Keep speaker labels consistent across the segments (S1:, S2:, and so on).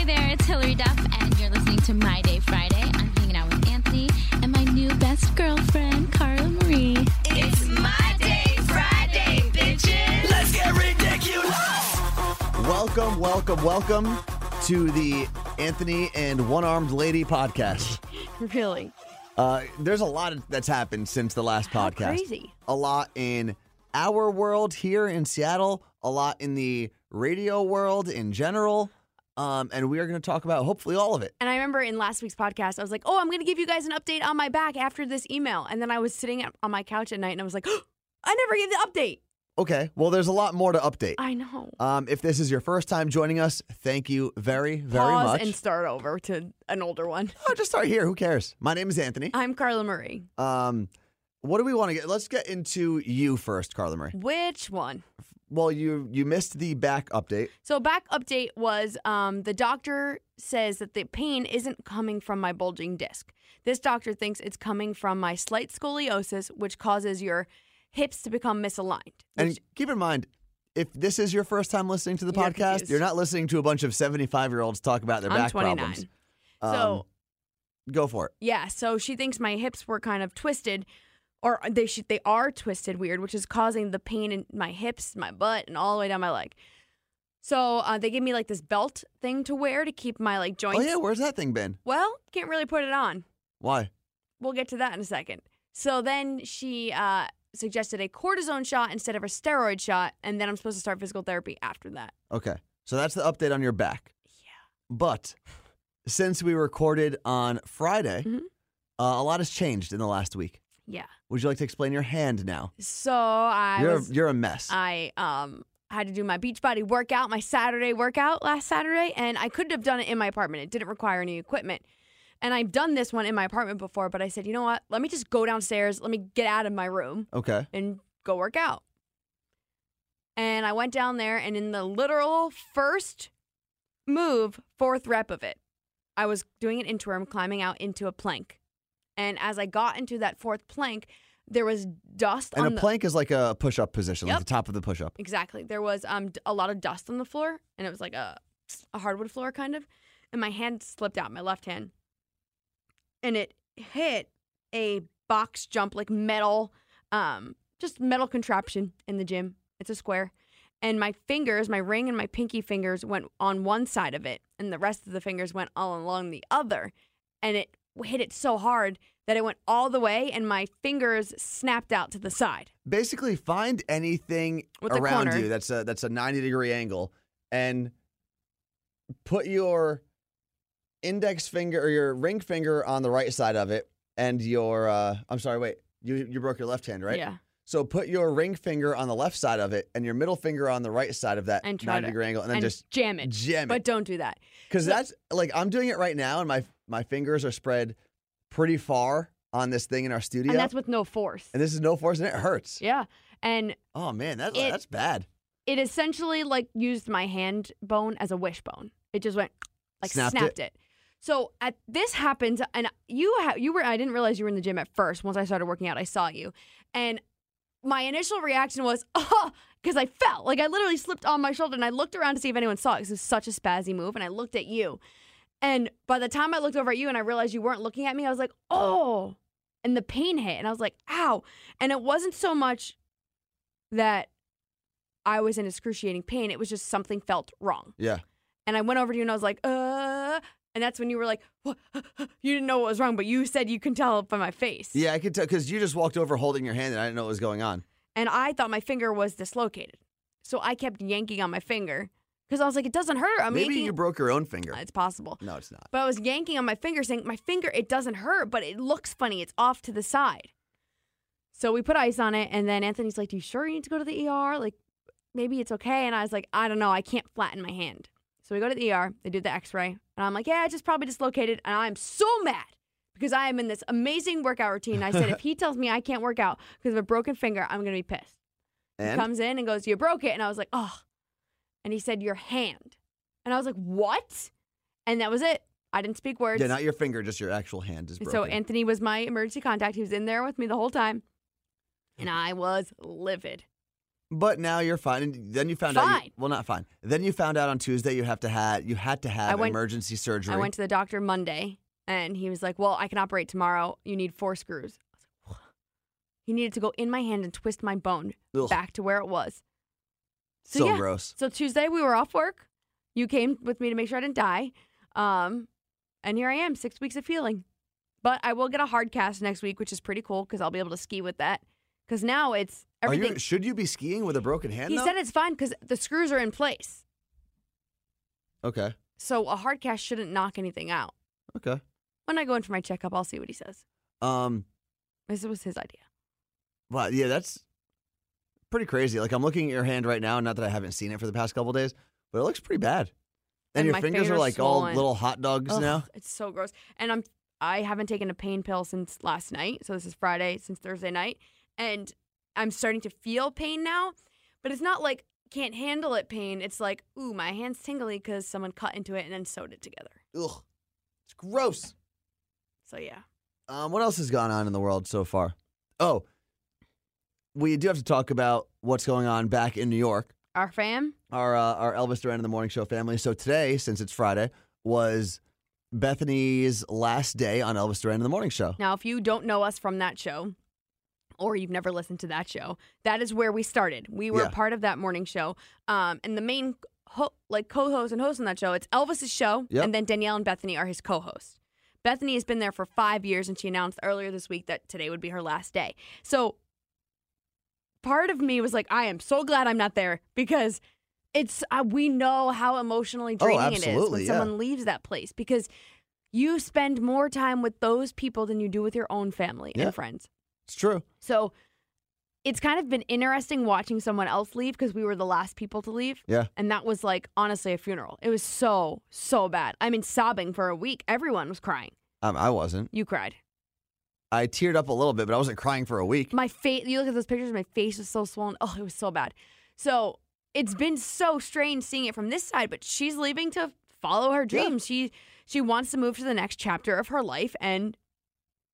S1: Hillary Duff, and you're listening to My Day Friday. I'm hanging out with Anthony and my new best girlfriend, Carla Marie.
S2: It's my day, Friday, bitches.
S3: Let's get ridiculous.
S4: Welcome, welcome, welcome to the Anthony and One Armed Lady podcast.
S5: Really?
S4: Uh, there's a lot that's happened since the last podcast.
S5: crazy.
S4: A lot in our world here in Seattle, a lot in the radio world in general. Um, and we are going to talk about hopefully all of it.
S5: And I remember in last week's podcast, I was like, oh, I'm going to give you guys an update on my back after this email. And then I was sitting at- on my couch at night and I was like, "Oh, I never gave the update.
S4: Okay, well, there's a lot more to update.
S5: I know.
S4: Um, if this is your first time joining us, thank you very, very
S5: Pause
S4: much.
S5: and start over to an older one.
S4: oh, just start here. Who cares? My name is Anthony.
S5: I'm Carla Murray.
S4: Um, what do we want to get? Let's get into you first, Carla
S5: Mm.
S4: Marie.
S5: Which one?
S4: Well, you you missed the back update.
S5: So back update was um, the doctor says that the pain isn't coming from my bulging disc. This doctor thinks it's coming from my slight scoliosis, which causes your hips to become misaligned.
S4: And keep in mind, if this is your first time listening to the
S5: You're
S4: podcast,
S5: confused.
S4: you're not listening to a bunch of 75 year olds talk about their
S5: I'm
S4: back
S5: 29.
S4: problems. Um,
S5: so
S4: Go for it.
S5: Yeah, so she thinks my hips were kind of twisted, or they should they are twisted weird, which is causing the pain in my hips, my butt, and all the way down my leg. So uh, they gave me like this belt thing to wear to keep my like joints.
S4: Oh, yeah, where's that thing been?
S5: Well, can't really put it on.
S4: Why?
S5: We'll get to that in a second. So then she uh, suggested a cortisone shot instead of a steroid shot, and then I'm supposed to start physical therapy after that.
S4: Okay. So that's the update on your back. Yeah. But since we recorded on Friday,
S5: Mhm.
S4: uh, a lot has changed in the last week.
S5: Yeah.
S4: Would you like to explain your hand now?
S5: So I
S4: you're,
S5: was
S4: you're a mess.
S5: I um had to do my Beachbody workout, my Saturday workout last Saturday, and I couldn't have done it in my apartment. It didn't require any equipment. And I've done this one in my apartment before, but I said, you know what? Let me just go downstairs. Let me get out of my room
S4: okay.
S5: and go work out. And I went down there, and in the literal first move, fourth rep of it, I was doing an interim, climbing out into a plank. And as I got into that fourth plank, there was dust
S4: And
S5: on
S4: a
S5: the
S4: plank is like a push up position, like
S5: Yep.
S4: the top of the push up.
S5: Exactly. There was um d- a lot of dust on the floor, and it was like a a hardwood floor kind of, and my hand slipped out, my left hand, and it hit a box jump like metal, um, just metal contraption in the gym. It's a square, and my fingers, my ring and my pinky fingers went on one side of it, and the rest of the fingers went all along the other, and it hit it so hard that it went all the way, and my fingers snapped out to the side.
S4: basically find anything
S5: With a
S4: around
S5: corner.
S4: you that's a that's a 90 degree angle and put your index finger or your ring finger on the right side of it and your uh I'm sorry wait you you broke your left hand right
S5: Yeah.
S4: so put your ring finger on the left side of it and your middle finger on the right side of that
S5: And try
S4: 90
S5: to-
S4: degree angle and then
S5: and
S4: just
S5: jam it.
S4: jam it.
S5: But don't do that.
S4: Because that's like I'm doing it right now and my my fingers are spread pretty far on this thing in our studio
S5: And that's with no force.
S4: And this is no force and it hurts
S5: yeah. And
S4: oh man that's
S5: It-
S4: that's bad
S5: it essentially like used my hand bone as a wishbone. It just went like
S4: Snapped
S5: snapped,
S4: it.
S5: it. So at this happened, and you ha- you were I didn't realize you were in the gym at first. Once I started working out, I saw you, and my initial reaction was oh because I fell like I literally slipped on my shoulder, and I looked around to see if anyone saw it because it was such a spazzy move, and I looked at you, and by the time I looked over at you and I realized you weren't looking at me, I was like oh, and the pain hit, and I was like ow, and it wasn't so much that I was in excruciating pain; it was just something felt wrong.
S4: Yeah.
S5: And I went over to you and I was like, uh. And that's when you were like, what? you didn't know what was wrong, but you said you can tell by my face.
S4: Yeah, I could tell because you just walked over holding your hand and I didn't know what was going on.
S5: And I thought my finger was dislocated. So I kept yanking on my finger because I was like, it doesn't hurt. I'm
S4: Maybe
S5: yanking.
S4: you broke your own finger.
S5: it's possible.
S4: no, it's not.
S5: But I was yanking on my finger saying, my finger, it doesn't hurt, but it looks funny. It's off to the side. So we put ice on it. And then Anthony's like, do you sure you need to go to the ER? Like, maybe it's okay. And I was like, I don't know. I can't flatten my hand. So we go to the ER. They do the x ray. And I'm like, yeah, it's just probably dislocated. And I'm so mad because I am in this amazing workout routine. I said, if he tells me I can't work out because of a broken finger, I'm going to be pissed. He
S4: And
S5: comes in and goes, You broke it. And I was like, Oh. And he said, Your hand. And I was like, What? And that was it. I didn't speak words.
S4: yeah, not your finger, just your actual hand is broken.
S5: so Anthony was my emergency contact. He was in there with me the whole time. And I was livid.
S4: But now you're fine. And then you found out. You,
S5: Fine.
S4: well, not fine. Then you found out on Tuesday you have to had you had to have
S5: went-
S4: emergency surgery.
S5: I went to the doctor Monday and he was like, Well, I can operate tomorrow. You need four screws. I was like, "What?" He needed to go in my hand and twist my bone
S4: Ugh.
S5: back to where it was. So,
S4: so
S5: yeah.
S4: gross.
S5: So Tuesday we were off work. You came with me to make sure I didn't die. Um, and here I am, six weeks of healing. But I will get a hard cast next week, which is pretty cool because I'll be able to ski with that. Because now it's
S4: Are
S5: everything.
S4: you, should you be skiing with a broken hand?
S5: he
S4: though?
S5: said it's fine because the screws are in place.
S4: Okay.
S5: So a hard cast shouldn't knock anything out.
S4: Okay.
S5: When I go in for my checkup, I'll see what he says.
S4: Um.
S5: This was his idea.
S4: Wow. Yeah, that's pretty crazy. Like I'm looking at your hand right now. Not that I haven't seen it for the past couple days, but it looks pretty bad. And,
S5: And
S4: your
S5: my
S4: fingers,
S5: fingers
S4: are like all
S5: swollen.
S4: little hot dogs
S5: Ugh,
S4: now.
S5: It's so gross. And I'm I haven't taken a pain pill since last night. So this is Friday since Thursday night. And I'm starting to feel pain now, but it's not like can't handle it pain. It's like, ooh, my hand's tingly because someone cut into it and then sewed it together.
S4: Ugh. It's gross.
S5: So yeah.
S4: Um, what else has gone on in the world so far? Oh, we do have to talk about what's going on back in New York.
S5: Our fam?
S4: Our uh, our Elvis Duran in the Morning Show family. So today, since it's Friday, was Bethany's last day on Elvis Duran in the Morning Show.
S5: Now if you don't know us from that show, or you've never listened to that show, that is where we started. We were
S4: Yeah.
S5: a part of that morning show. Um, and the main ho- like co-host and host on that show, it's Elvis's show,
S4: Yep.
S5: and then Danielle and Bethany are his co-host. Bethany has been there for five years, and she announced earlier this week that today would be her last day. So part of me was like, I am so glad I'm not there because it's uh, we know how emotionally draining it is
S4: Oh, absolutely,
S5: when
S4: yeah.
S5: someone leaves that place because you spend more time with those people than you do with your own family
S4: Yeah.
S5: and friends.
S4: It's true.
S5: So it's kind of been interesting watching someone else leave because we were the last people to leave.
S4: Yeah.
S5: And that was like honestly a funeral. It was so, so bad. I mean, sobbing for a week. Everyone was crying.
S4: Um, I wasn't.
S5: You cried.
S4: I teared up a little bit, but I wasn't crying for a week.
S5: My face, you look at those pictures, my face was so swollen. Oh, it was so bad. So it's been so strange seeing it from this side, but she's leaving to follow her
S4: Yeah.
S5: dreams. She she wants to move to the next chapter of her life and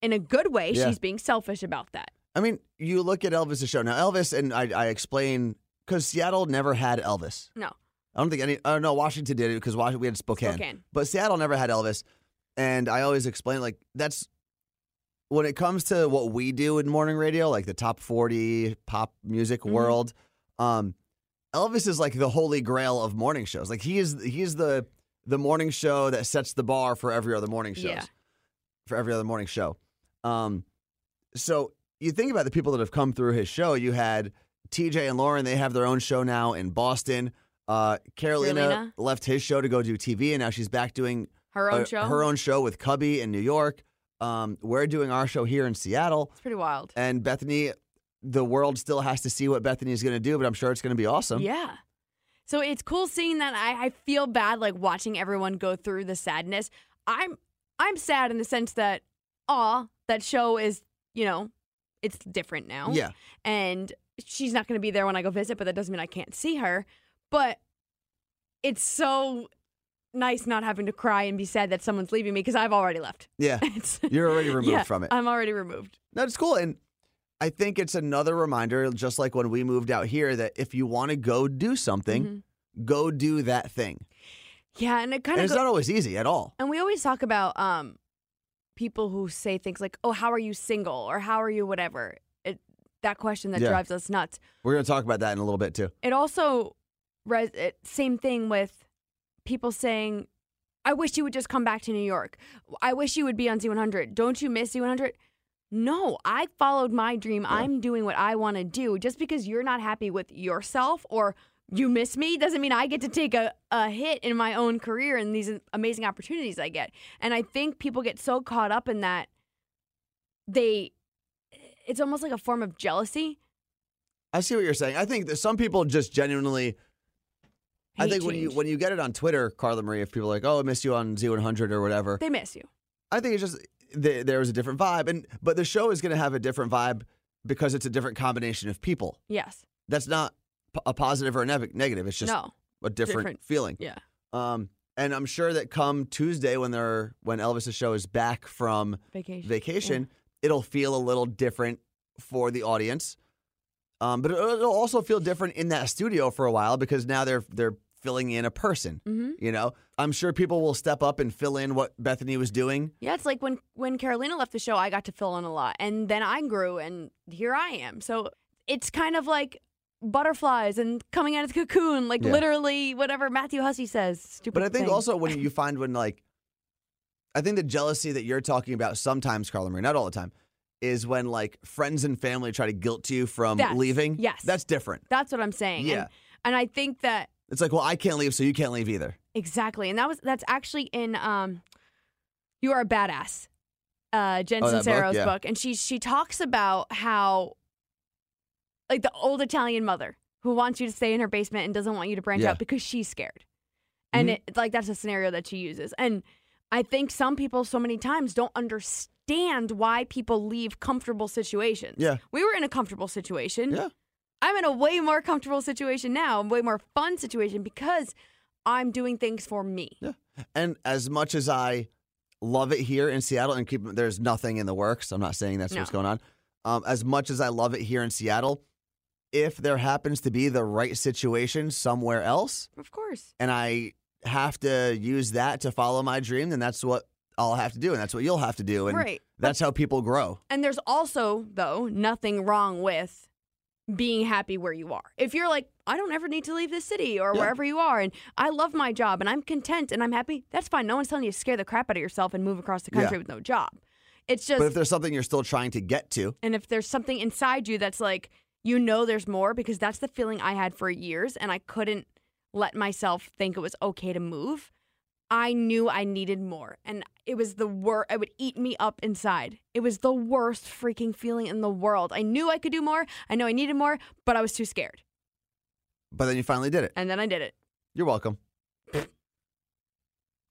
S5: in a good way,
S4: Yeah.
S5: she's being selfish about that.
S4: I mean, you look at Elvis's show now. Elvis and I, I explain because Seattle never had Elvis.
S5: No.
S4: I don't think any. Oh no, Washington did it because Washington we had Spokane.
S5: Spokane.
S4: but Seattle never had Elvis, and I always explain like that's when it comes to what we do in morning radio, like the top forty pop music
S5: Mm-hmm.
S4: world. Um, Elvis is like the holy grail of morning shows. Like he is he is the the morning show that sets the bar for every other morning shows,
S5: Yeah.
S4: for every other morning show. Um, so you think about the people that have come through his show. You had TJ and Lauren; they have their own show now in Boston. Uh, Carolina,
S5: Carolina.
S4: left his show to go do TV, and now she's back doing
S5: Her own
S4: uh,
S5: show.
S4: her own show with Cubby in New York. Um, we're doing our show here in Seattle,
S5: It's pretty wild.
S4: and Bethany. The world still has to see what Bethany is going to do, but I'm sure it's going to be awesome.
S5: Yeah. So it's cool seeing that. I, I feel bad like watching everyone go through the sadness. I'm I'm sad in the sense that aw, that show is, you know, it's different now.
S4: Yeah.
S5: And she's not gonna be there when I go visit, but that doesn't mean I can't see her. But it's so nice not having to cry and be sad that someone's leaving me because I've already left.
S4: yeah.
S5: It's,
S4: You're already removed
S5: yeah, uh
S4: from it.
S5: I'm already removed.
S4: No, it's cool. And I think it's another reminder, just like when we moved out here, that if you want to go do something, go do that thing.
S5: Mm-hmm. Yeah, and it kind
S4: And
S5: of
S4: it's not always easy at all.
S5: And we always talk about um, people who say things like, "Oh, how are you single?" or "How are you whatever." It, that question that
S4: Yeah.
S5: drives us nuts.
S4: We're going to talk about that in a little bit too.
S5: It also res- it, same thing with people saying, "I wish you would just come back to New York. I wish you would be on Z100. Don't you miss Z100?" No, I followed my dream. I'm doing what I want to do. Just because you're not happy with yourself or you miss me doesn't mean I get to take a, a hit in my own career and these amazing opportunities I get. And I think people get so caught up in that they it's almost like a form of jealousy.
S4: I see what you're saying. I think that some people just genuinely. I
S5: hate
S4: think when you
S5: change.
S4: when you get it on Twitter, Carla Marie, if people are like, "Oh, I miss you on Z100" or whatever,
S5: they miss you.
S4: I think it's just th- there was a different vibe, and but the show is going to have a different vibe because it's a different combination of people.
S5: Yes.
S4: That's not p- a positive or a neg- negative. It's just
S5: no.
S4: a different
S5: different.
S4: feeling.
S5: Yeah.
S4: Um, and I'm sure that come Tuesday when they're when Elvis's show is back from
S5: Vacation.
S4: vacation, it'll feel a little different for the audience. Um, but it'll it'll also feel different in that studio for a while because now they're they're filling in a person.
S5: Mm-hmm.
S4: You know, I'm sure people will step up and fill in what Bethany was doing.
S5: Yeah, it's like when when Carolina left the show, I got to fill in a lot, and then I grew, and here I am. So it's kind of like butterflies and coming out of the cocoon, like
S4: Yeah.
S5: literally whatever Matthew Hussey says. Stupid.
S4: But I think
S5: thing.
S4: also when you find when like, I think the jealousy that you're talking about sometimes, Carla Marie, not all the time, is when like friends and family try to guilt you from
S5: That's-
S4: leaving.
S5: yes.
S4: that's different.
S5: that's what I'm saying.
S4: Yeah.
S5: And, and I think that
S4: It's like, well, I can't leave, so you can't leave either.
S5: exactly, and that was that's actually in um, you are a badass, uh, Jen
S4: Oh, that book?
S5: Sincero's
S4: Yeah.
S5: book, and she she talks about how like the old Italian mother who wants you to stay in her basement and doesn't want you to branch
S4: Yeah.
S5: out because she's scared. And
S4: Mhm.
S5: it, like that's a scenario that she uses. And I think some people so many times don't understand why people leave comfortable situations.
S4: Yeah.
S5: We were in a comfortable situation.
S4: Yeah.
S5: I'm in a way more comfortable situation now, a way more fun situation because I'm doing things for me.
S4: Yeah. And as much as I love it here in Seattle and keep there's nothing in the works. I'm not saying that's what's
S5: No.
S4: going on. Um, as much as I love it here in Seattle, if there happens to be the right situation somewhere else
S5: Of course.
S4: and I have to use that to follow my dream, then that's what I'll have to do and that's what you'll have to do. And
S5: Right.
S4: that's how people grow.
S5: And there's also, though, nothing wrong with being happy where you are. If you're like, I don't ever need to leave this city or
S4: Yeah.
S5: wherever you are, and I love my job and I'm content and I'm happy, that's fine. No one's telling you to scare the crap out of yourself and move across the
S4: Yeah.
S5: country with no job. It's just,
S4: But if there's something you're still trying to get to,
S5: and if there's something inside you that's like, you know, there's more, because that's the feeling I had for years and I couldn't let myself think it was okay to move. I knew I needed more. And it was the worst. It would eat me up inside. It was the worst freaking feeling in the world. I knew I could do more. I know I needed more, but I was too scared.
S4: but then you finally did it.
S5: And then I did it.
S4: You're welcome.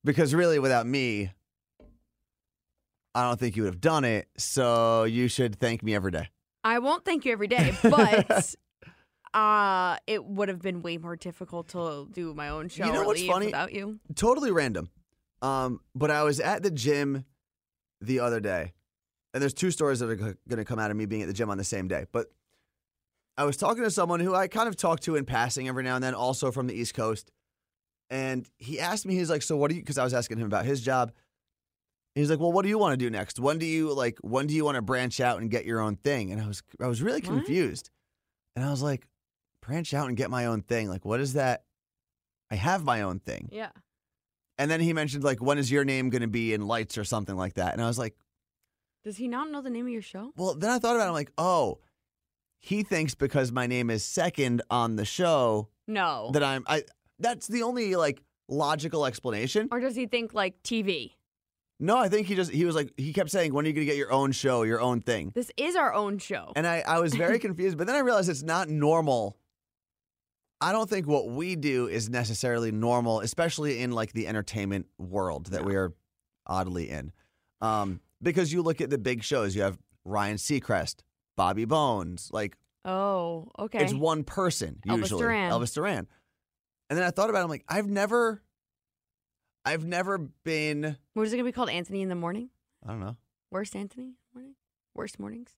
S4: because really, without me, I don't think you would have done it. So you should thank me every day.
S5: I won't thank you every day, but uh, it would have been way more difficult to do my own show
S4: You know
S5: or
S4: what's
S5: leave
S4: funny?
S5: without you.
S4: Totally random. Um, but I was at the gym the other day, and there's two stories that are going to come out of me being at the gym on the same day. But I was talking to someone who I kind of talk to in passing every now and then, also from the East Coast. And he asked me, he's like, So what do you, because I was asking him about his job. He's like, Well, what do you want to do next? When do you like, when do you want to branch out and get your own thing? And I was, I was really
S5: What?
S4: confused. And I was like, Branch out and get my own thing. Like, what is that? I have my own thing.
S5: Yeah.
S4: And then he mentioned like, when is your name going to be in lights or something like that? And I was like,
S5: Does he not know the name of your show?
S4: well, then I thought about it. I'm like, oh, he thinks because my name is second on the show
S5: No.
S4: that I'm. I that's the only like logical explanation.
S5: Or does he think like TV?
S4: No, I think he just he was like he kept saying, when are you going to get your own show, your own thing?
S5: This is our own show.
S4: And I I was very confused. But then I realized it's not normal. I don't think what we do is necessarily normal, especially in like the entertainment world that we are oddly in. Um, because you look at the big shows, you have Ryan Seacrest, Bobby Bones, like
S5: oh, okay.
S4: it's one person
S5: Elvis
S4: usually.
S5: Duran.
S4: Elvis Duran. And then I thought about it, I'm like, I've never I've never been
S5: what is it going to be called? Anthony in the morning?
S4: I don't know,
S5: Worst Anthony in the morning? Worst mornings?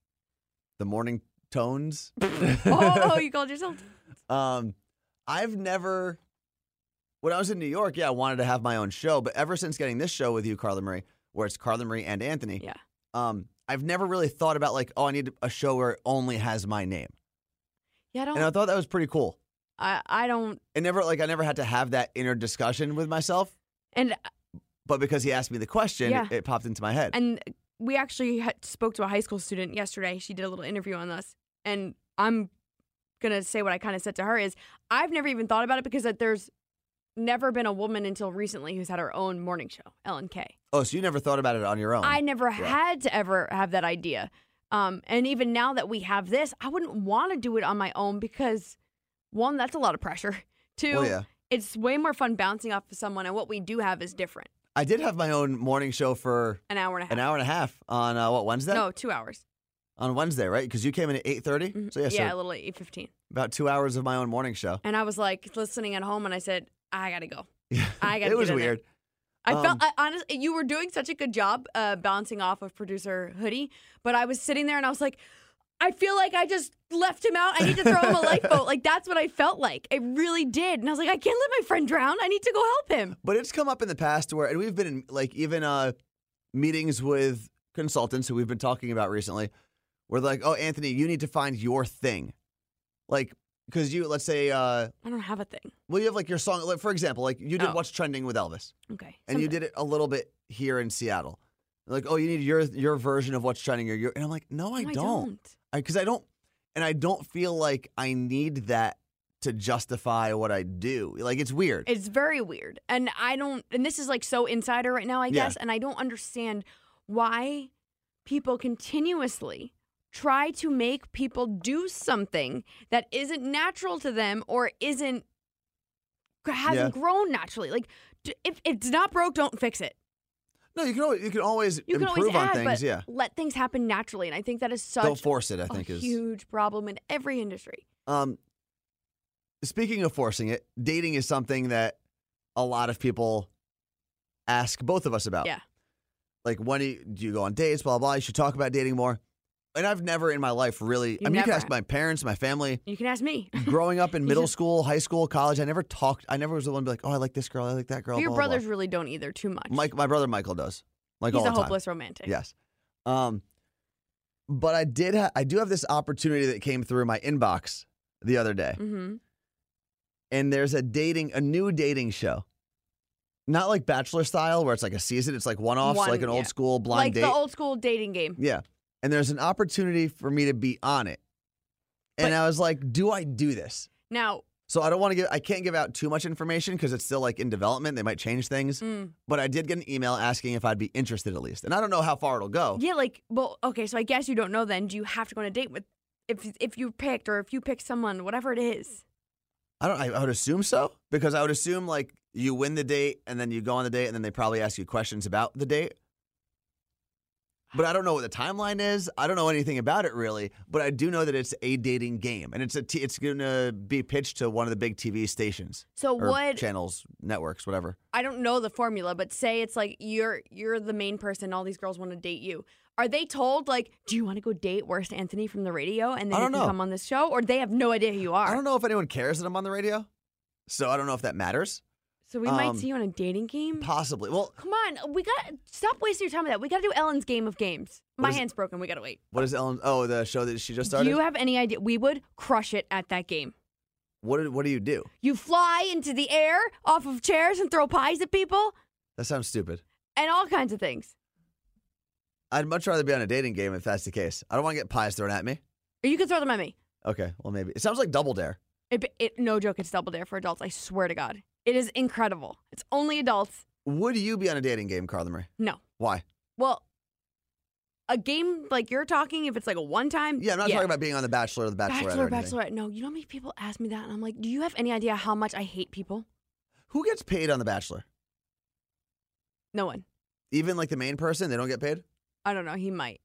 S4: the morning tones.
S5: oh, you called yourself.
S4: Um, I've never, when I was in New York, yeah, I wanted to have my own show, but ever since getting this show with you, Carla Marie, where it's Carla Marie and Anthony,
S5: Yeah.
S4: um, I've never really thought about like, oh, I need a show where it only has my name,
S5: Yeah, I
S4: and I
S5: don't.
S4: thought that was pretty cool.
S5: I, I don't.
S4: It never like I never had to have that inner discussion with myself,
S5: And uh,
S4: but because he asked me the question,
S5: Yeah.
S4: it, it popped into my head.
S5: and we actually had spoke to a high school student yesterday. She did a little interview on us, and I'm gonna say what I kind of said to her is I've never even thought about it because that there's never been a woman until recently who's had her own morning show, Ellen K.
S4: oh, so you never thought about it on your own?
S5: I never had to ever have that idea. Um, and even now that we have this, I wouldn't want to do it on my own because one, that's a lot of pressure. Two,
S4: Well, Oh, yeah.
S5: it's way more fun bouncing off of someone, and what we do have is different.
S4: I did have my own morning show for
S5: An hour and a half.
S4: an hour and a half on uh, what Wednesday?
S5: No, Mm-hmm. two hours.
S4: on Wednesday, right? Because you came in at eight So yeah, so
S5: a little eight fifteen.
S4: about two hours of my own morning show.
S5: And I was like listening at home, and I said, I gotta go. I gotta.
S4: it was
S5: get in there."
S4: weird.
S5: I
S4: Um,
S5: felt I, honestly you were doing such a good job uh, bouncing off of producer Hoodie, but I was sitting there and I was like, I feel like I just left him out. I need to throw him a lifeboat. Like that's what I felt like. It really did. And I was like, I can't let my friend drown. I need to go help him.
S4: But it's come up in the past where, and we've been in like even uh, meetings with consultants who we've been talking about recently, where they're like, oh, Anthony, you need to find your thing. Like, because you, let's say, uh,
S5: I don't have a thing.
S4: well, you have like your song, like, for example, like you did
S5: Oh.
S4: What's Trending with Elvis,
S5: Okay.
S4: and you did it a little bit here in Seattle. They're Like, oh, you need your your version of What's Trending. Or your, and I'm like, no, I
S5: No,
S4: don't. Because I, don't, and I don't feel like I need that to justify what I do. Like, it's weird.
S5: It's very weird. And I don't, and this is like so insider right now, I
S4: Yeah.
S5: guess. And I don't understand why people continuously try to make people do something that isn't natural to them or isn't, hasn't
S4: Yeah.
S5: grown naturally. Like, d- if if it's not broke, don't fix it.
S4: no, you can always you can always
S5: You can
S4: improve
S5: always
S4: on
S5: add,
S4: things.
S5: but
S4: Yeah,
S5: let things happen naturally. And I think that is
S4: don't
S5: such
S4: force it. I
S5: a
S4: think is
S5: huge problem in every industry.
S4: Um, speaking of forcing it, dating is something that a lot of people ask both of us about.
S5: Yeah.
S4: Like, when do you, do you go on dates? Blah, blah. You should talk about dating more. And I've never in my life really, I
S5: You
S4: mean, you can
S5: never
S4: ask my parents, my family.
S5: You can ask me.
S4: Growing up in
S5: You
S4: middle
S5: just-
S4: school, high school, college, I never talked. I never was the one to be like, oh, I like this girl. I like that girl.
S5: Your
S4: blah, blah,
S5: brothers really don't either too much.
S4: Blah. Mike, my brother Michael does. Like
S5: He's
S4: all
S5: a
S4: the time.
S5: hopeless romantic.
S4: Yes. Um, but I did. Ha- I do have this opportunity that came through my inbox the other day.
S5: Mm-hmm.
S4: and there's a dating a new dating show. Not like bachelor style where it's like a season, it's like one off,
S5: One-
S4: like an
S5: yeah.
S4: old school blind
S5: Like
S4: date.
S5: the old school dating game.
S4: yeah. And there's an opportunity for me to be on it. And
S5: But-
S4: I was like, do I do this?
S5: Now,
S4: So I don't want to give I can't give out too much information because it's still like in development. They might change things.
S5: mm,
S4: But I did get an email asking if I'd be interested at least. And I don't know how far it'll go.
S5: yeah, like, well, okay, so I guess you don't know then. Do you have to go on a date with if if you picked or if you pick someone, whatever it is?
S4: I don't I, I would assume so. Because I would assume like you win the date and then you go on the date and then they probably ask you questions about the date. But I don't know what the timeline is. I don't know anything about it really. But I do know that it's a dating game, and it's a t- it's going to be pitched to one of the big TV stations
S5: So
S4: or
S5: what?
S4: channels, networks, whatever.
S5: I don't know the formula, but say it's like you're you're the main person. All these girls want to date you. Are they told like, do you want to go date Worst Anthony from the radio, and then
S4: I
S5: you
S4: don't
S5: can
S4: know.
S5: come on this show, or they have no idea who you are?
S4: I don't know if anyone cares that I'm on the radio, so I don't know if that matters.
S5: So we might
S4: Um,
S5: see you on a dating game.
S4: Possibly. Well,
S5: Come on, we got to stop wasting your time with that. We got to do Ellen's game of games.
S4: What
S5: My
S4: is-
S5: hand's broken. We got to wait.
S4: what is Ellen? Oh, the show that she just
S5: Do
S4: started.
S5: you have any idea? We would crush it at that game.
S4: what did, What do you do?
S5: You fly into the air off of chairs and throw pies at people
S4: That sounds stupid.
S5: and all kinds of things.
S4: I'd much rather be on a dating game if that's the case. I don't want to get pies thrown at me.
S5: Or you can throw them at me.
S4: Okay, well maybe it sounds like Double Dare.
S5: It, it, no joke, it's Double Dare for adults. I swear to God. It is incredible. It's only adults.
S4: Would you be on a dating game, Carla Marie?
S5: No.
S4: Why?
S5: Well, a game like you're talking, if it's like a one time.
S4: Yeah, I'm not talking about being on The Bachelor or The Bachelorette.
S5: Bachelor,
S4: or anything.
S5: Bachelorette. No, you know how many people ask me that? And I'm like, do you have any idea how much I hate people?
S4: Who gets paid on The Bachelor?
S5: No one.
S4: Even like the main person, they don't get paid.
S5: I don't know. He might.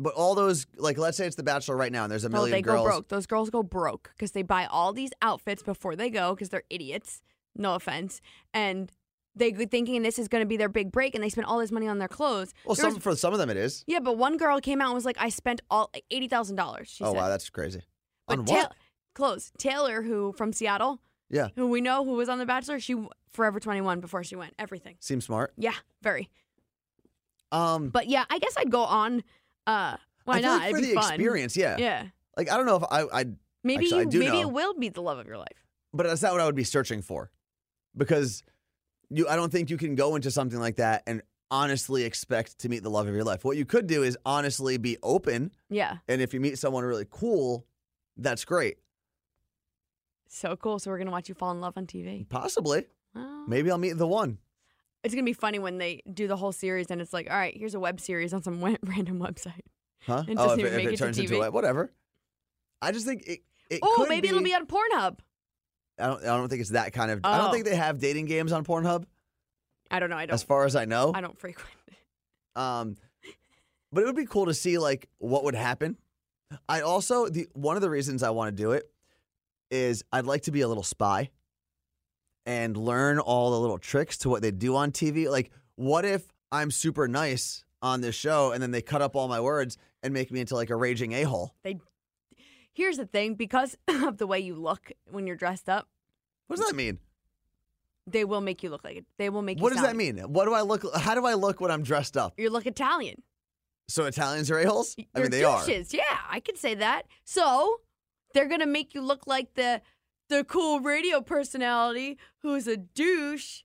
S4: But all those, like, let's say it's The Bachelor right now, and there's a
S5: No,
S4: million
S5: Oh, they
S4: girls.
S5: go broke. Those girls go broke because they buy all these outfits before they go because they're idiots. No offense. And they go thinking this is going to be their big break, and they spend all this money on their clothes.
S4: Well,
S5: There was-
S4: some for some of them it is.
S5: yeah, but one girl came out and was like, "I spent all eighty thousand dollars." She
S4: oh
S5: said.
S4: wow, that's crazy.
S5: But
S4: on
S5: Ta-
S4: what?
S5: clothes. Taylor, who from Seattle,
S4: Yeah,
S5: who we know who was on The Bachelor, she w- Forever Twenty One before she went. Everything.
S4: seems smart.
S5: Yeah, very.
S4: Um,
S5: But yeah, I guess I'd go on. Uh, why
S4: I feel
S5: not?
S4: like for
S5: It'd be
S4: the
S5: fun.
S4: experience, yeah.
S5: Yeah.
S4: Like I don't know if I, I,
S5: Maybe
S4: Actually, I do
S5: you. Maybe
S4: know.
S5: it will be the love of your life.
S4: but that's not what I would be searching for, because you, I don't think you can go into something like that and honestly expect to meet the love of your life. What you could do is honestly be open
S5: Yeah.
S4: And if you meet someone really cool, that's great.
S5: So cool. So we're gonna watch you fall in love on TV.
S4: Possibly.
S5: Well,
S4: Maybe I'll meet the one.
S5: it's gonna be funny when they do the whole series and it's like, all right, here's a web series on some wa- random website.
S4: Huh?
S5: It
S4: oh,
S5: doesn't
S4: if
S5: even
S4: if
S5: make it to
S4: turns into
S5: TV.
S4: a, whatever. I just think it. it
S5: Oh,
S4: could
S5: maybe it'll be on Pornhub.
S4: I don't. I don't think it's that kind of. I don't
S5: Oh.
S4: think they have dating games on Pornhub,
S5: I don't know. I don't.
S4: as far as I know.
S5: I don't frequent. it.
S4: Um, but it would be cool to see like what would happen. I also the one of the reasons I want to do it is I'd like to be a little spy and learn all the little tricks to what they do on TV. Like, what if I'm super nice on this show and then they cut up all my words and make me into like a raging a hole?
S5: They Here's the thing because of the way you look when you're dressed up,
S4: What does that mean?
S5: they will make you look like it. They will make you
S4: What does that
S5: sound-
S4: mean? What do I look? How do I look when I'm dressed up?
S5: You look Italian.
S4: So Italians are a-holes? I
S5: They're
S4: mean, they are.
S5: douches. Yeah, I could say that. So they're gonna make you look like the the cool radio personality who's a douche.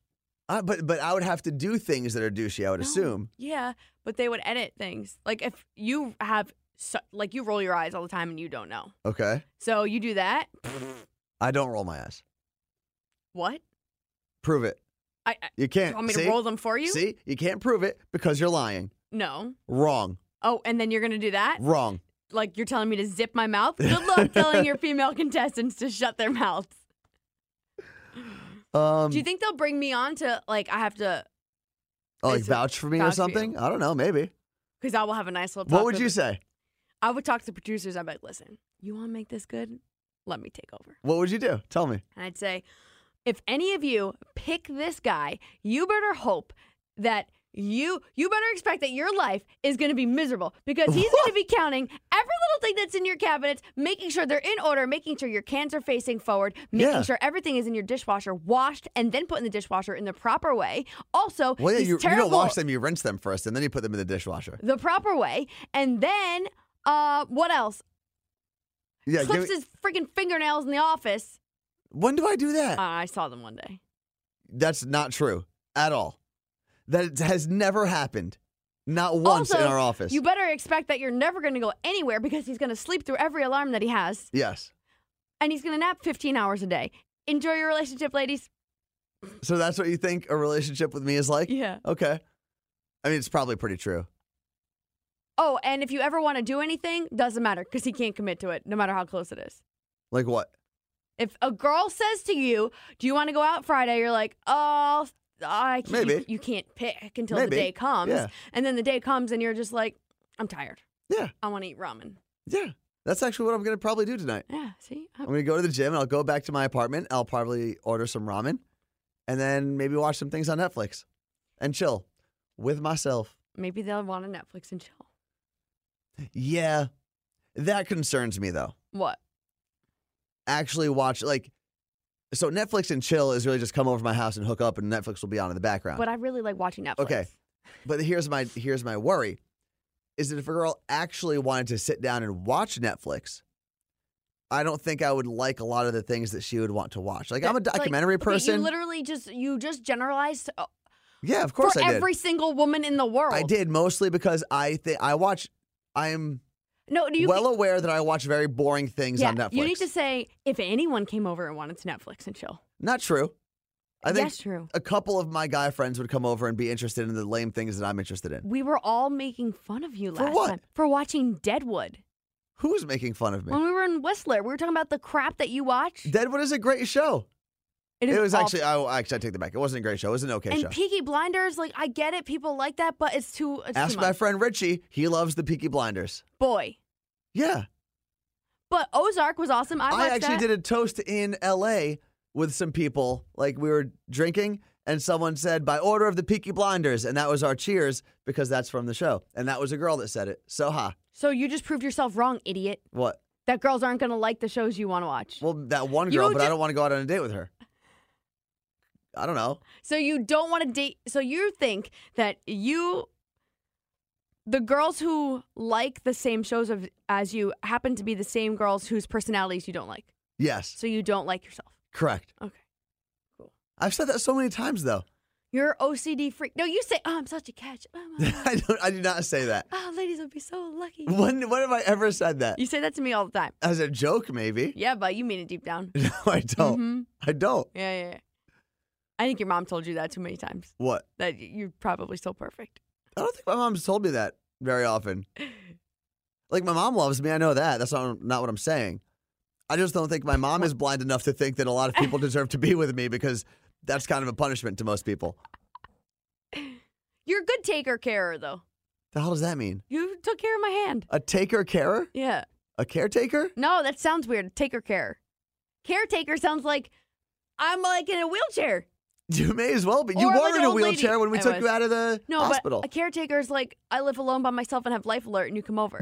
S4: Uh, but but I would have to do things that are douchey. I would
S5: No.
S4: assume.
S5: Yeah, but they would edit things. Like if you have su- like you roll your eyes all the time and you don't know.
S4: Okay.
S5: So you do that.
S4: I don't roll my eyes.
S5: What?
S4: Prove it.
S5: I, I
S4: You
S5: you
S4: can't.
S5: want me
S4: Eh, See?
S5: to roll them for you?
S4: See, you can't prove it because you're lying.
S5: No.
S4: Wrong.
S5: Oh, and then you're gonna do that?
S4: Wrong.
S5: Like you're telling me to zip my mouth? Good luck telling your female contestants to shut their mouths.
S4: Um,
S5: Do you think they'll bring me on to like I have to
S4: oh, like
S5: is it
S4: vouch for me
S5: vouch
S4: or
S5: for
S4: something?
S5: you?
S4: I don't know. Maybe.
S5: because I will have a nice little.
S4: what
S5: talk
S4: would
S5: with
S4: you
S5: the-
S4: say?
S5: I would talk to the producers. I'd be like, listen, you want to make this good? Let me take over.
S4: What would you do? Tell me.
S5: And I'd say, if any of you pick this guy, you better hope that you you better expect that your life is going to be miserable because he's going to be counting every little thing that's in your cabinets, making sure they're in order, making sure your cans are facing forward, making
S4: Yeah.
S5: sure everything is in your dishwasher, washed and then put in the dishwasher in the proper way. Also,
S4: Well, yeah,
S5: these
S4: you, you
S5: terrible
S4: don't wash them. You rinse them first, and then you put them in the dishwasher.
S5: the proper way, and then uh, what else?
S4: Yeah. give
S5: Clips
S4: me-
S5: his freaking fingernails in the office.
S4: when do I do that?
S5: Uh, I saw them one day.
S4: That's not true at all. That has never happened. Not once
S5: also,
S4: in our office.
S5: You better expect that you're never going to go anywhere because he's going to sleep through every alarm that he has
S4: yes.
S5: and he's going to nap 15 hours a day. Enjoy your relationship, ladies.
S4: So that's what you think a relationship with me is like?
S5: Yeah.
S4: Okay. I mean, it's probably pretty true.
S5: Oh, and if you ever want to do anything, doesn't matter because he can't commit to it no matter how close it is.
S4: Like what?
S5: If a girl says to you, "Do you want to go out Friday?" You're like, "Oh, I can't,
S4: Maybe.
S5: You, you can't pick until
S4: Maybe.
S5: the day comes."
S4: Yeah.
S5: And then the day comes, and you're just like, "I'm tired.
S4: Yeah.
S5: I want to eat ramen."
S4: Yeah. That's actually what I'm going to probably do tonight.
S5: Yeah. See,
S4: I'm going to go to the gym and I'll go back to my apartment. I'll probably order some ramen and then maybe watch some things on Netflix and chill with myself.
S5: maybe they'll want a Netflix and chill.
S4: Yeah. That concerns me though.
S5: What?
S4: actually watch like so Netflix and chill is really just come over to my house and hook up and Netflix will be on in the background.
S5: But I really like watching Netflix.
S4: Okay. But here's my here's my worry is that if a girl actually wanted to sit down and watch Netflix, I don't think I would like a lot of the things that she would want to watch. Like I'm a
S5: That- like,
S4: documentary
S5: okay,
S4: person.
S5: you literally just you just generalized uh,
S4: yeah, of
S5: for
S4: course I did.
S5: every single woman in the world.
S4: I did mostly because I think I watch I'm
S5: No, do you
S4: well
S5: think-
S4: aware that I watch very boring things
S5: yeah,
S4: on Netflix.
S5: You need to say if anyone came over and wanted to Netflix and chill.
S4: Not true. I think
S5: That's true.
S4: a couple of my guy friends would come over and be interested in the lame things that I'm interested in.
S5: We were all making fun of you
S4: For
S5: last
S4: what?
S5: time for watching Deadwood.
S4: Who was making fun of me?
S5: When we were in Whistler, we were talking about the crap that you watch.
S4: Deadwood is a great show. It, was
S5: awful.
S4: actually, I, actually, I take that back. It wasn't a great show. It was an okay
S5: and
S4: show.
S5: Peaky Blinders. Like I get it, people like that, but it's too. It's
S4: Ask
S5: too
S4: my
S5: much.
S4: friend Richie. He loves the Peaky Blinders.
S5: boy.
S4: Yeah.
S5: But Ozark was awesome. I,
S4: I,
S5: watched
S4: actually
S5: that.
S4: did a toast in LA with some people. Like, we were drinking, and someone said, by order of the Peaky Blinders. And that was our cheers because that's from the show. And that was a girl that said it. So, ha.
S5: So you just proved yourself wrong, idiot.
S4: What?
S5: That girls aren't going to like the shows you want to watch.
S4: Well, that one
S5: You
S4: girl, but I
S5: did-
S4: don't want to go out on a date with her. I don't know.
S5: So you don't want to date. So you think that you, the girls who like the same shows of, as you, happen to be the same girls whose personalities you don't like.
S4: Yes.
S5: So you don't like yourself.
S4: Correct.
S5: Okay.
S4: I've said that so many times, though.
S5: You're OCD freak. No, you say, "Oh, I'm such a catch." Oh, my God.
S4: I don't. I do not say that.
S5: oh ladies would be so lucky.
S4: When when have I ever said that?
S5: You say that to me all the time.
S4: As a joke, maybe.
S5: Yeah, but you mean it deep down.
S4: No, I don't.
S5: Mhm.
S4: I don't.
S5: Yeah, yeah, yeah. I think your mom told you that too many times.
S4: What?
S5: That y- you're probably so perfect.
S4: I don't think my mom's told me that very often. Like my mom loves me. I know that. That's not not what I'm saying. I just don't think my mom is blind enough to think that a lot of people deserve to be with me because that's kind of a punishment to most people.
S5: You're a good taker carer though.
S4: The hell does that mean?
S5: You took care of my hand.
S4: A taker carer?
S5: Yeah.
S4: A caretaker?
S5: No, that sounds weird. Taker care. Caretaker sounds like I'm like in a wheelchair.
S4: You may as well be. You
S5: Or I'm
S4: were
S5: an
S4: in a
S5: old lady.
S4: wheelchair when we
S5: I
S4: took
S5: was.
S4: you out of the
S5: No,
S4: hospital.
S5: but a caretaker is like I live alone by myself and have life alert and you come over.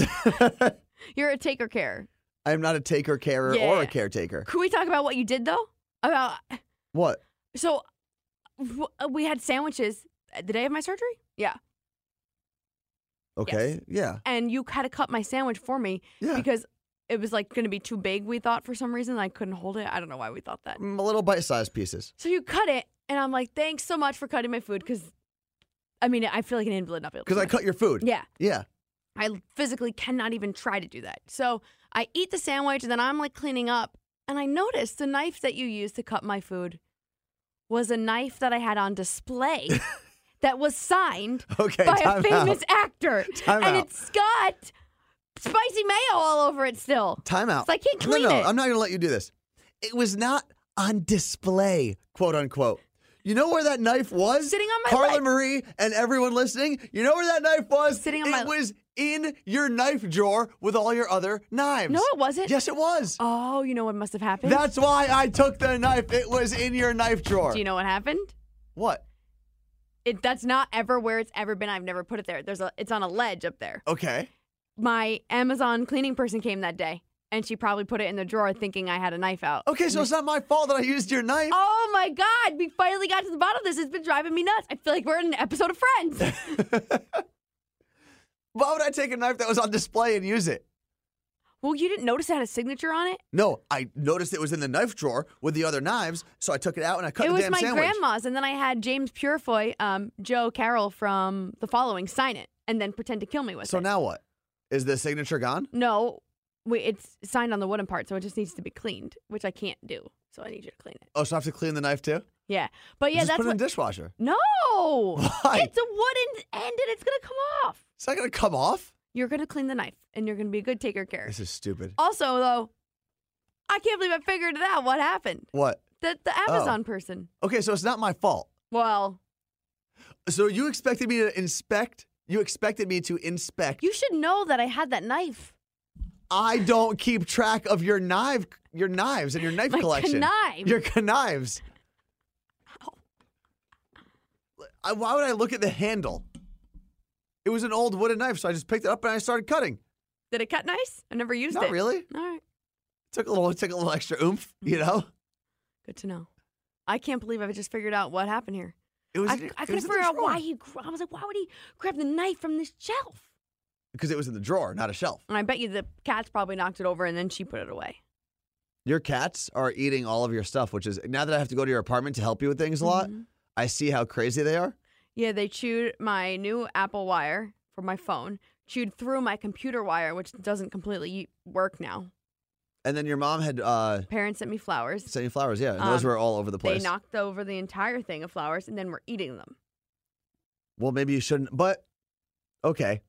S5: You're a taker care.
S4: I am not a taker, carer, or
S5: Yeah.
S4: a caretaker.
S5: Could we talk about what you did though? About
S4: What?
S5: so w- uh, we had sandwiches the day of my surgery. Yeah,
S4: Okay.
S5: and you had to cut my sandwich for me
S4: Yeah. Yeah.
S5: because it was like going to be too big. We thought for some reason I couldn't hold it. I don't know why we thought that.
S4: Mm, little bite-sized pieces.
S5: So you cut it, and I'm like, thanks so much for cutting my food because, I mean, I feel like an invalid not be able to
S4: Because I
S5: do
S4: cut your food.
S5: that. Yeah.
S4: Yeah.
S5: I physically cannot even try to do that. So I eat the sandwich and then I'm like cleaning up. And I noticed the knife that you used to cut my food was a knife that I had on display that was signed
S4: Okay.
S5: by
S4: time
S5: a famous
S4: out.
S5: actor.
S4: Time
S5: and
S4: out.
S5: it's got spicy mayo all over it still.
S4: Time out.
S5: So I can't clean
S4: no, no,
S5: it.
S4: I'm not going to let you do this. It was not on display, quote unquote. You know where that knife was?
S5: Sitting on my
S4: Carla
S5: leg.
S4: Marie and everyone listening, you know where that knife was?
S5: Sitting on
S4: it
S5: my-
S4: was in your knife drawer with all your other knives.
S5: No, it wasn't.
S4: Yes, it was.
S5: Oh, you know what must have happened?
S4: That's why I took the knife. It was in your knife drawer.
S5: Do you know what happened?
S4: What?
S5: It, that's not ever where it's ever been. I've never put it there. There's a, it's on a ledge up there.
S4: Okay.
S5: my Amazon cleaning person came that day, and she probably put it in the drawer thinking I had a knife out.
S4: Okay, so it's not my fault that I used your knife.
S5: Oh my God, we finally got to the bottom of this. It's been driving me nuts. I feel like we're in an episode of Friends.
S4: Why would I take a knife that was on display and use it?
S5: well, you didn't notice it had a signature on it?
S4: No, I noticed it was in the knife drawer with the other knives, so I took it out and I cut
S5: it
S4: the
S5: was
S4: damn
S5: my
S4: sandwich.
S5: grandma's, and then I had James Purefoy, um, Joe Carroll from The Following, sign it and then pretend to kill me with
S4: So
S5: it.
S4: now what? Is the signature gone?
S5: no, wait, it's signed on the wooden part, so it just needs to be cleaned, which I can't do. So I need you to clean it.
S4: Oh, so I have to clean the knife too?
S5: Yeah, but yeah,
S4: Just
S5: that's
S4: put it
S5: what.
S4: in the dishwasher.
S5: no,
S4: Why?
S5: it's a wooden end, and it's gonna come off.
S4: It's not gonna come off.
S5: You're gonna clean the knife and you're gonna be a good taker of care.
S4: This is stupid.
S5: Also, though, I can't believe I figured it out. What happened?
S4: What?
S5: The the
S4: Oh.
S5: Amazon person.
S4: Okay, so it's not my fault.
S5: Well,
S4: So you expected me to inspect? You expected me to inspect?
S5: you should know that I had that knife.
S4: I don't keep track of your knife, your knives, and your knife
S5: My
S4: collection.
S5: knives.
S4: Your knives. I, why would I look at the handle? It was an old wooden knife, so I just picked it up and I started cutting.
S5: Did it cut nice? I never used
S4: Not
S5: it.
S4: really.
S5: All right.
S4: Took a little, took a little extra oomph, you know.
S5: Good to know. I can't believe I just figured out what happened here.
S4: It was.
S5: I,
S4: in-
S5: I
S4: it
S5: couldn't
S4: was in the
S5: figure out
S4: drawer.
S5: why he. gr- I was like, why would he grab the knife from this shelf?
S4: Because it was in the drawer, not a shelf.
S5: And I bet you the cat's probably knocked it over and then she put it away.
S4: Your cats are eating all of your stuff, which is now that I have to go to your apartment to help you with things a lot.
S5: Mm-hmm.
S4: I see how crazy they are.
S5: Yeah, they chewed my new Apple wire for my phone, chewed through my computer wire, which doesn't completely work now.
S4: And then your mom had uh,
S5: Parents sent me flowers.
S4: sent you flowers, yeah, and those
S5: Um,
S4: were all over the
S5: They
S4: place.
S5: knocked over the entire thing of flowers and then were eating them.
S4: well, maybe you shouldn't, but okay.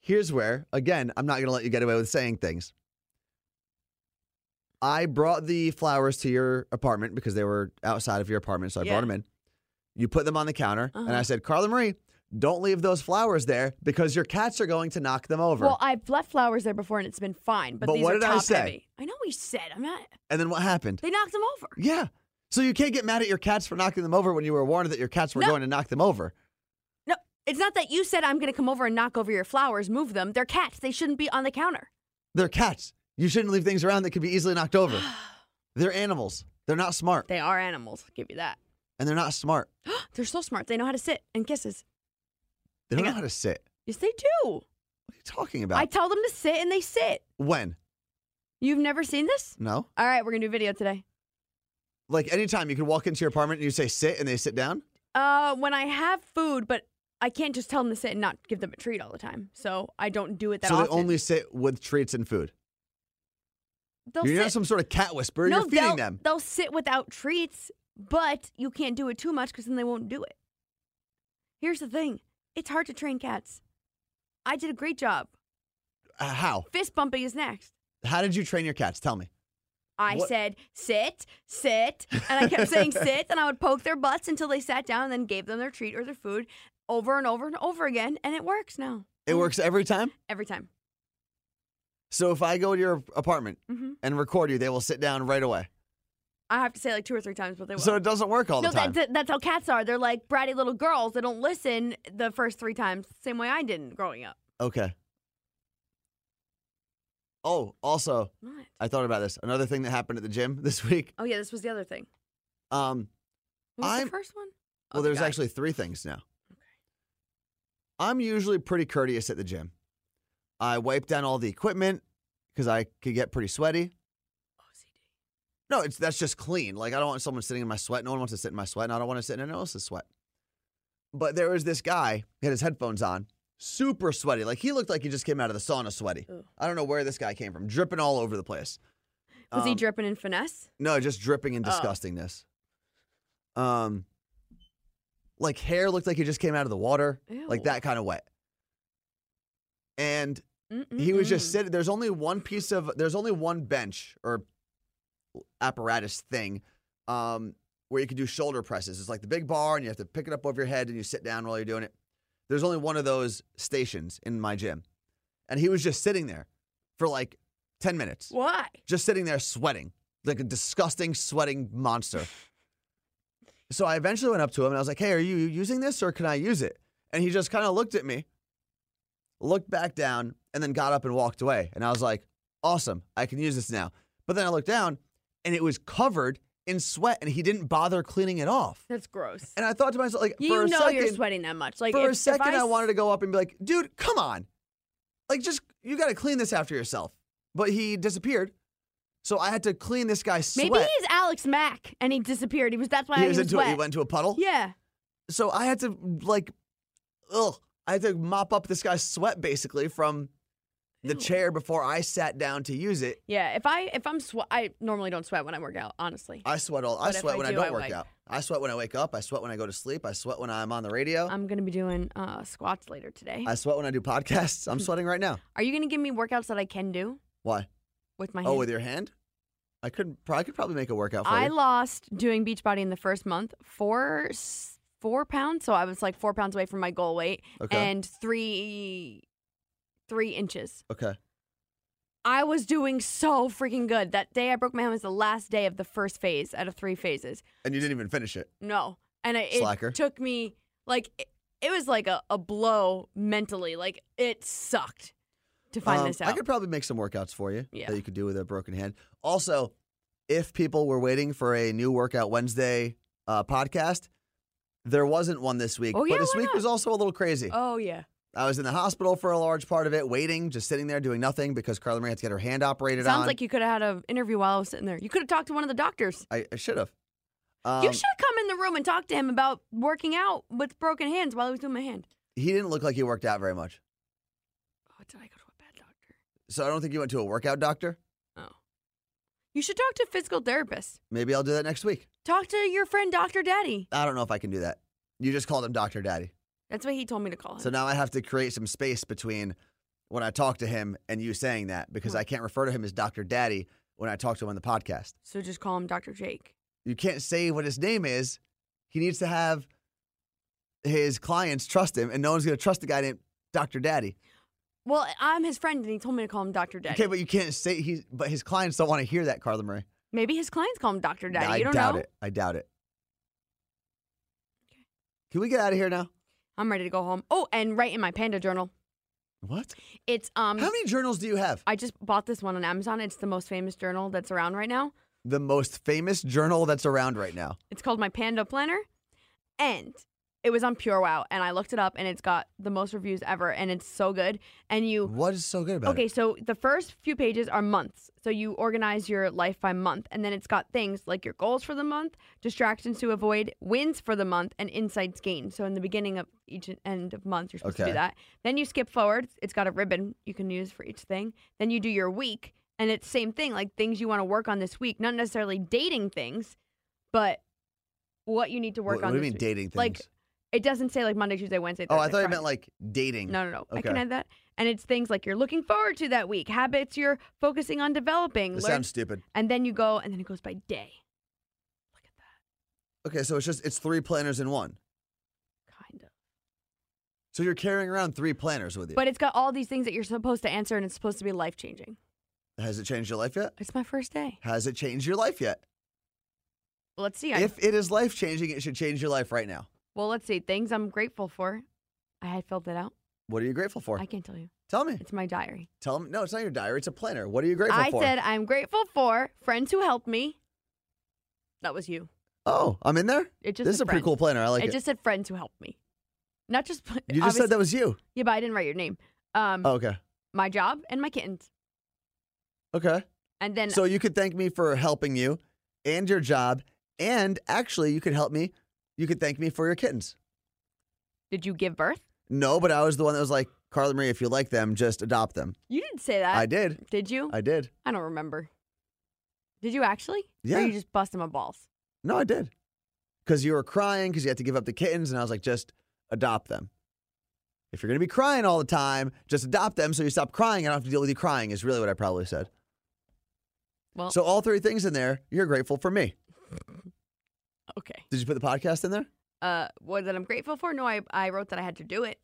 S4: Here's where, again, I'm not going to let you get away with saying things. I brought the flowers to your apartment because they were outside of your apartment, so I
S5: Yeah.
S4: brought them in. You put them on the counter, and I
S5: Uh-huh.
S4: said, Carla Marie, don't leave those flowers there because your cats are going to knock them over.
S5: Well, I've left flowers there before and it's been fine, but,
S4: But
S5: these
S4: what
S5: are
S4: did I
S5: top
S4: say?
S5: heavy. I know what you said. I'm not.
S4: and then what happened?
S5: They knocked them over.
S4: Yeah. So you can't get mad at your cats for knocking them over when you were warned that your cats were
S5: No.
S4: going to knock them over.
S5: No, it's not that you said I'm going to come over and knock over your flowers, move them. They're cats. They shouldn't be on the counter.
S4: They're cats. You shouldn't leave things around that could be easily knocked over. they're animals. They're not smart.
S5: They are animals. I'll give you that.
S4: And they're not smart.
S5: They're so smart. They know how to sit and kisses.
S4: They don't
S5: I
S4: know
S5: got-
S4: how to sit.
S5: Yes, they do.
S4: What are you talking about?
S5: I tell them to sit and they sit.
S4: when?
S5: You've never seen this?
S4: No.
S5: All right, we're gonna do video today.
S4: Like anytime you could walk into your apartment and you say sit and they sit down.
S5: Uh, when I have food, but I can't just tell them to sit and not give them a treat all the time, so I don't do it that
S4: so
S5: often.
S4: they only sit with treats and food.
S5: they'll
S4: you're
S5: sit.
S4: not some sort of cat whisperer.
S5: no,
S4: you're feeding
S5: they'll,
S4: them.
S5: They'll sit without treats, but you can't do it too much because then they won't do it. Here's the thing: it's hard to train cats. I did a great job.
S4: Uh, how?
S5: Fist bumping is next.
S4: How did you train your cats? Tell me.
S5: I
S4: What-
S5: said sit, sit, and I kept saying sit, and I would poke their butts until they sat down, and then gave them their treat or their food over and over and over again, and it works now.
S4: It works every time.
S5: every time.
S4: So if I go to your apartment
S5: hmm
S4: and record you, they will sit down right away.
S5: I have to say like two or three times, but they will.
S4: So it doesn't work all
S5: no,
S4: the time.
S5: That, that's how cats are. They're like bratty little girls. They don't listen the first three times, same way I didn't growing up.
S4: Okay. Oh, also,
S5: What?
S4: I thought about this. Another thing that happened at the gym this week.
S5: Oh yeah, this was the other thing.
S4: Um,
S5: What was
S4: I'm-
S5: the first one? Oh,
S4: well,
S5: the
S4: there's
S5: guy.
S4: actually three things now. I'm usually pretty courteous at the gym. I wipe down all the equipment because I could get pretty sweaty.
S5: Oh, OCD.
S4: No, it's that's just clean. Like I don't want someone sitting in my sweat. No one wants to sit in my sweat, and I don't want to sit in anyone else's sweat. But there was this guy, he had his headphones on, super sweaty. Like he looked like he just came out of the sauna sweaty.
S5: Ooh.
S4: I don't know where this guy came from, dripping all over the place.
S5: Was he
S4: Um,
S5: dripping in finesse?
S4: No, just dripping in
S5: Oh.
S4: disgustingness. Um, like hair looked like he just came out of the water,
S5: Ew.
S4: like that kind of wet. And
S5: Mm-mm-mm.
S4: he was just sitting. There's only one piece of there's only one bench or apparatus thing um, where you can do shoulder presses. It's like the big bar, and you have to pick it up over your head, and you sit down while you're doing it. There's only one of those stations in my gym, and he was just sitting there for like ten minutes
S5: Why?
S4: just sitting there sweating like a disgusting sweating monster. so I eventually went up to him and I was like, "Hey, are you using this or can I use it?" And he just kind of looked at me, looked back down, and then got up and walked away. And I was like, "Awesome, I can use this now." But then I looked down and it was covered in sweat and he didn't bother cleaning it off.
S5: That's gross.
S4: And I thought to myself like
S5: you
S4: for a
S5: know
S4: 2nd
S5: you're sweating that much. Like
S4: for
S5: if,
S4: a
S5: if
S4: second, I,
S5: s-
S4: wanted to go up and be like, dude, come on. Like, just, you got to clean this after yourself. But he disappeared. So I had to clean this guy's sweat.
S5: Maybe he's Alex Mack, and he disappeared. He was. That's why
S4: he
S5: he
S4: was
S5: was
S4: into it. He
S5: wet.
S4: went to a puddle.
S5: Yeah.
S4: So I had to, like, ugh. I had to mop up this guy's sweat basically from the
S5: Ew.
S4: chair before I sat down to use it.
S5: Yeah. If I if I'm sweat, I normally don't sweat when I work out. Honestly,
S4: I sweat all. I
S5: But if
S4: sweat
S5: I
S4: when
S5: do,
S4: I don't
S5: I
S4: work
S5: wipe.
S4: out. I sweat when I wake up. I sweat when I go to sleep. I sweat when I'm on the radio.
S5: I'm gonna be doing uh, squats later today.
S4: I sweat when I do podcasts. I'm sweating right now.
S5: Are you gonna give me workouts that I can do
S4: Why?
S5: with my?
S4: Oh,
S5: hand?
S4: with your hand? I could. pro- I could probably make a workout for you.
S5: I lost doing Beachbody in the first month four s- four pounds, so I was like four pounds away from my goal weight,
S4: Okay.
S5: and three three inches.
S4: Okay.
S5: I was doing so freaking good. That day I broke my hand was the last day of the first phase out of three phases.
S4: And you didn't even finish it.
S5: No, and I, it
S4: Slacker.
S5: took me like it, it was like a, a blow mentally. Like it sucked to find
S4: Um,
S5: this out.
S4: I could probably make some workouts for you
S5: Yeah.
S4: that you could do with a broken hand. Also, if people were waiting for a new Workout Wednesday uh, podcast, there wasn't one this week.
S5: Oh, yeah,
S4: but this
S5: why
S4: week
S5: not?
S4: was also a little crazy.
S5: oh yeah,
S4: I was in the hospital for a large part of it, waiting, just sitting there doing nothing because Carla Marie had to get her hand operated
S5: sounds
S4: on.
S5: like you could have had an interview while I was sitting there. You could have talked to one of the doctors.
S4: I, I should have. Um,
S5: you should have come in the room and talked to him about working out with broken hands while he was doing my hand.
S4: He didn't look like he worked out very much.
S5: Oh, did I go to a bad doctor?
S4: So I don't think you went to a workout doctor.
S5: You should talk to a physical therapist.
S4: Maybe I'll do that next week.
S5: Talk to your friend Dr. Daddy.
S4: I don't know if I can do that. You just called him Dr. Daddy.
S5: That's what he told me to call him.
S4: So now I have to create some space between when I talk to him and you saying that because
S5: Hmm.
S4: I can't refer to him as Dr. Daddy when I talk to him on the podcast.
S5: so just call him Dr. Jake.
S4: You can't say what his name is. He needs to have his clients trust him, and no one's going to trust the guy named Dr. Daddy.
S5: Well, I'm his friend and he told me to call him Dr. Daddy.
S4: Okay, but you can't say he's, but his clients don't want to hear that, Carla Marie.
S5: Maybe his clients call him Dr. Daddy.
S4: I
S5: you don't
S4: doubt
S5: know.
S4: it. I doubt it. Can we get out of here now?
S5: I'm ready to go home. Oh, and write in my panda journal.
S4: What?
S5: It's um
S4: How many journals do you have?
S5: I just bought this one on Amazon. It's the most famous journal that's around right now.
S4: The most famous journal that's around right now.
S5: It's called My Panda Planner. And it was on Pure Wow. And I looked it up and it's got the most reviews ever. And it's so good. And you.
S4: What is so good about
S5: Okay,
S4: it?
S5: so the first few pages are months. So you organize your life by month. And then it's got things like your goals for the month, distractions to avoid, wins for the month, and insights gained. So in the beginning of each end of month, you're supposed to
S4: Okay.
S5: do that. Then you skip forward. It's got a ribbon you can use for each thing. Then you do your week. And it's same thing, like things you want to work on this week, not necessarily dating things, but what you need to work
S4: what,
S5: on.
S4: what do you mean
S5: this week.
S4: dating things?
S5: Like, It doesn't say like Monday, Tuesday, Wednesday.
S4: Oh, I
S5: Thursday,
S4: thought you
S5: Friday.
S4: meant like dating.
S5: No, no, no. I can
S4: Okay.
S5: add that. And it's things like you're looking forward to that week, habits you're focusing on developing,
S4: That
S5: learn-
S4: sounds stupid.
S5: and then you go, and then it goes by day. Look at that,
S4: Okay, so it's just it's three planners in one.
S5: kind of.
S4: So you're carrying around three planners with you.
S5: But it's got all these things that you're supposed to answer, and it's supposed to be life changing.
S4: Has it changed your life yet?
S5: It's my first day.
S4: Has it changed your life yet?
S5: Well, let's see. I,
S4: If it is life changing, it should change your life right now.
S5: well, let's see. Things I'm grateful for. I had filled it out.
S4: What are you grateful for?
S5: I can't tell you.
S4: Tell me.
S5: It's my diary.
S4: Tell me. No, it's not your diary. It's a planner. What are you grateful
S5: I
S4: for?
S5: said I'm grateful for friends who helped me. That was you.
S4: oh, I'm in there.
S5: It
S4: this
S5: just said
S4: is a pretty
S5: friends.
S4: cool planner. I like
S5: it,
S4: it.
S5: just said friends who helped me. Not just
S4: you just said that was you.
S5: Yeah, but I didn't write your name. Um,
S4: Oh, okay.
S5: my job and my kittens.
S4: Okay.
S5: And then
S4: So you could thank me for helping you and your job, and actually, you could help me. You could thank me for your kittens.
S5: did you give birth?
S4: No, but I was the one that was like, Carla Marie, if you like them, just adopt them.
S5: You didn't say that.
S4: I did.
S5: Did you?
S4: I did.
S5: I don't remember. Did you actually?
S4: Yeah.
S5: Or you just busted my balls?
S4: No, I did. Because you were crying because you had to give up the kittens, and I was like, just adopt them. If you're gonna be crying all the time, just adopt them so you stop crying. I don't have to deal with you crying. Is really what I probably said.
S5: Well,
S4: So all three things in there, you're grateful for me.
S5: okay.
S4: Did you put the podcast in there?
S5: Uh, what that I'm grateful for? No, I I wrote that I had to do it.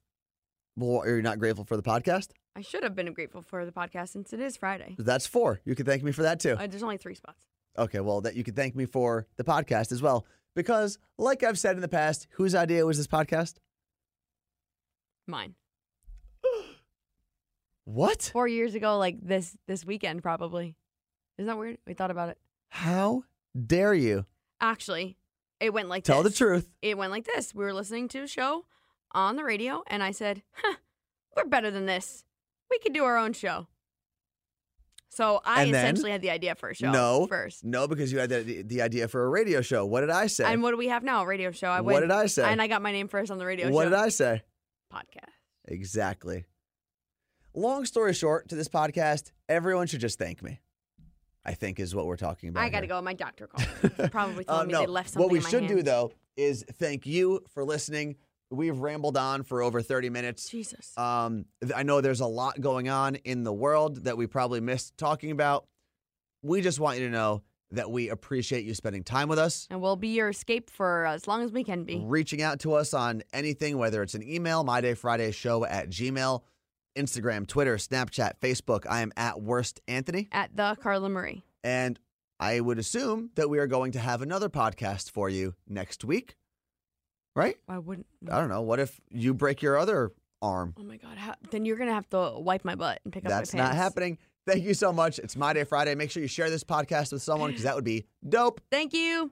S4: Well, are you not grateful for the podcast?
S5: I should have been grateful for the podcast since it is Friday.
S4: That's four. You can thank me for that too.
S5: Uh, there's only three spots.
S4: Okay, well, that you can thank me for the podcast as well. Because, like I've said in the past, whose idea was this podcast?
S5: Mine.
S4: What?
S5: Four years ago, like this this weekend probably. Isn't that weird? We thought about it.
S4: How dare you?
S5: Actually, it went like
S4: Tell the
S5: this.
S4: truth.
S5: It went like this. We were listening to a show on the radio, and I said, huh, "We're better than this. We could do our own show." So I
S4: And then?
S5: essentially had the idea for a show.
S4: no.
S5: first.
S4: No, because you had the, the idea for a radio show. What did I say?
S5: And what do we have now? A radio show. I
S4: what
S5: win.
S4: did I say?
S5: And I got my name first on the radio
S4: what
S5: show.
S4: did I say?
S5: Podcast.
S4: Exactly. Long story short, to this podcast, everyone should just thank me. I think is what we're talking about.
S5: I got to
S4: here.
S5: go. My doctor called. Probably telling
S4: Um,
S5: me
S4: no.
S5: they left something
S4: What we
S5: in my
S4: should
S5: hand.
S4: do though is thank you for listening. We've rambled on for over 30 minutes.
S5: Jesus.
S4: Um, th- I know there's a lot going on in the world that we probably missed talking about. We just want you to know that we appreciate you spending time with us,
S5: and we'll be your escape for as long as we can be.
S4: reaching out to us on anything, whether it's an email, mydayfridayshow at gmail, Instagram, Twitter, Snapchat, Facebook. I am at worst Anthony.
S5: At the Carla Marie.
S4: And I would assume that we are going to have another podcast for you next week, right?
S5: Why wouldn't?
S4: I don't know. What if you break your other arm?
S5: Oh my God. How, then you're gonna have to wipe my butt and pick
S4: That's
S5: up my
S4: not
S5: pants.
S4: happening. Thank you so much. It's My Day Friday. Make sure you share this podcast with someone because that would be dope.
S5: Thank you.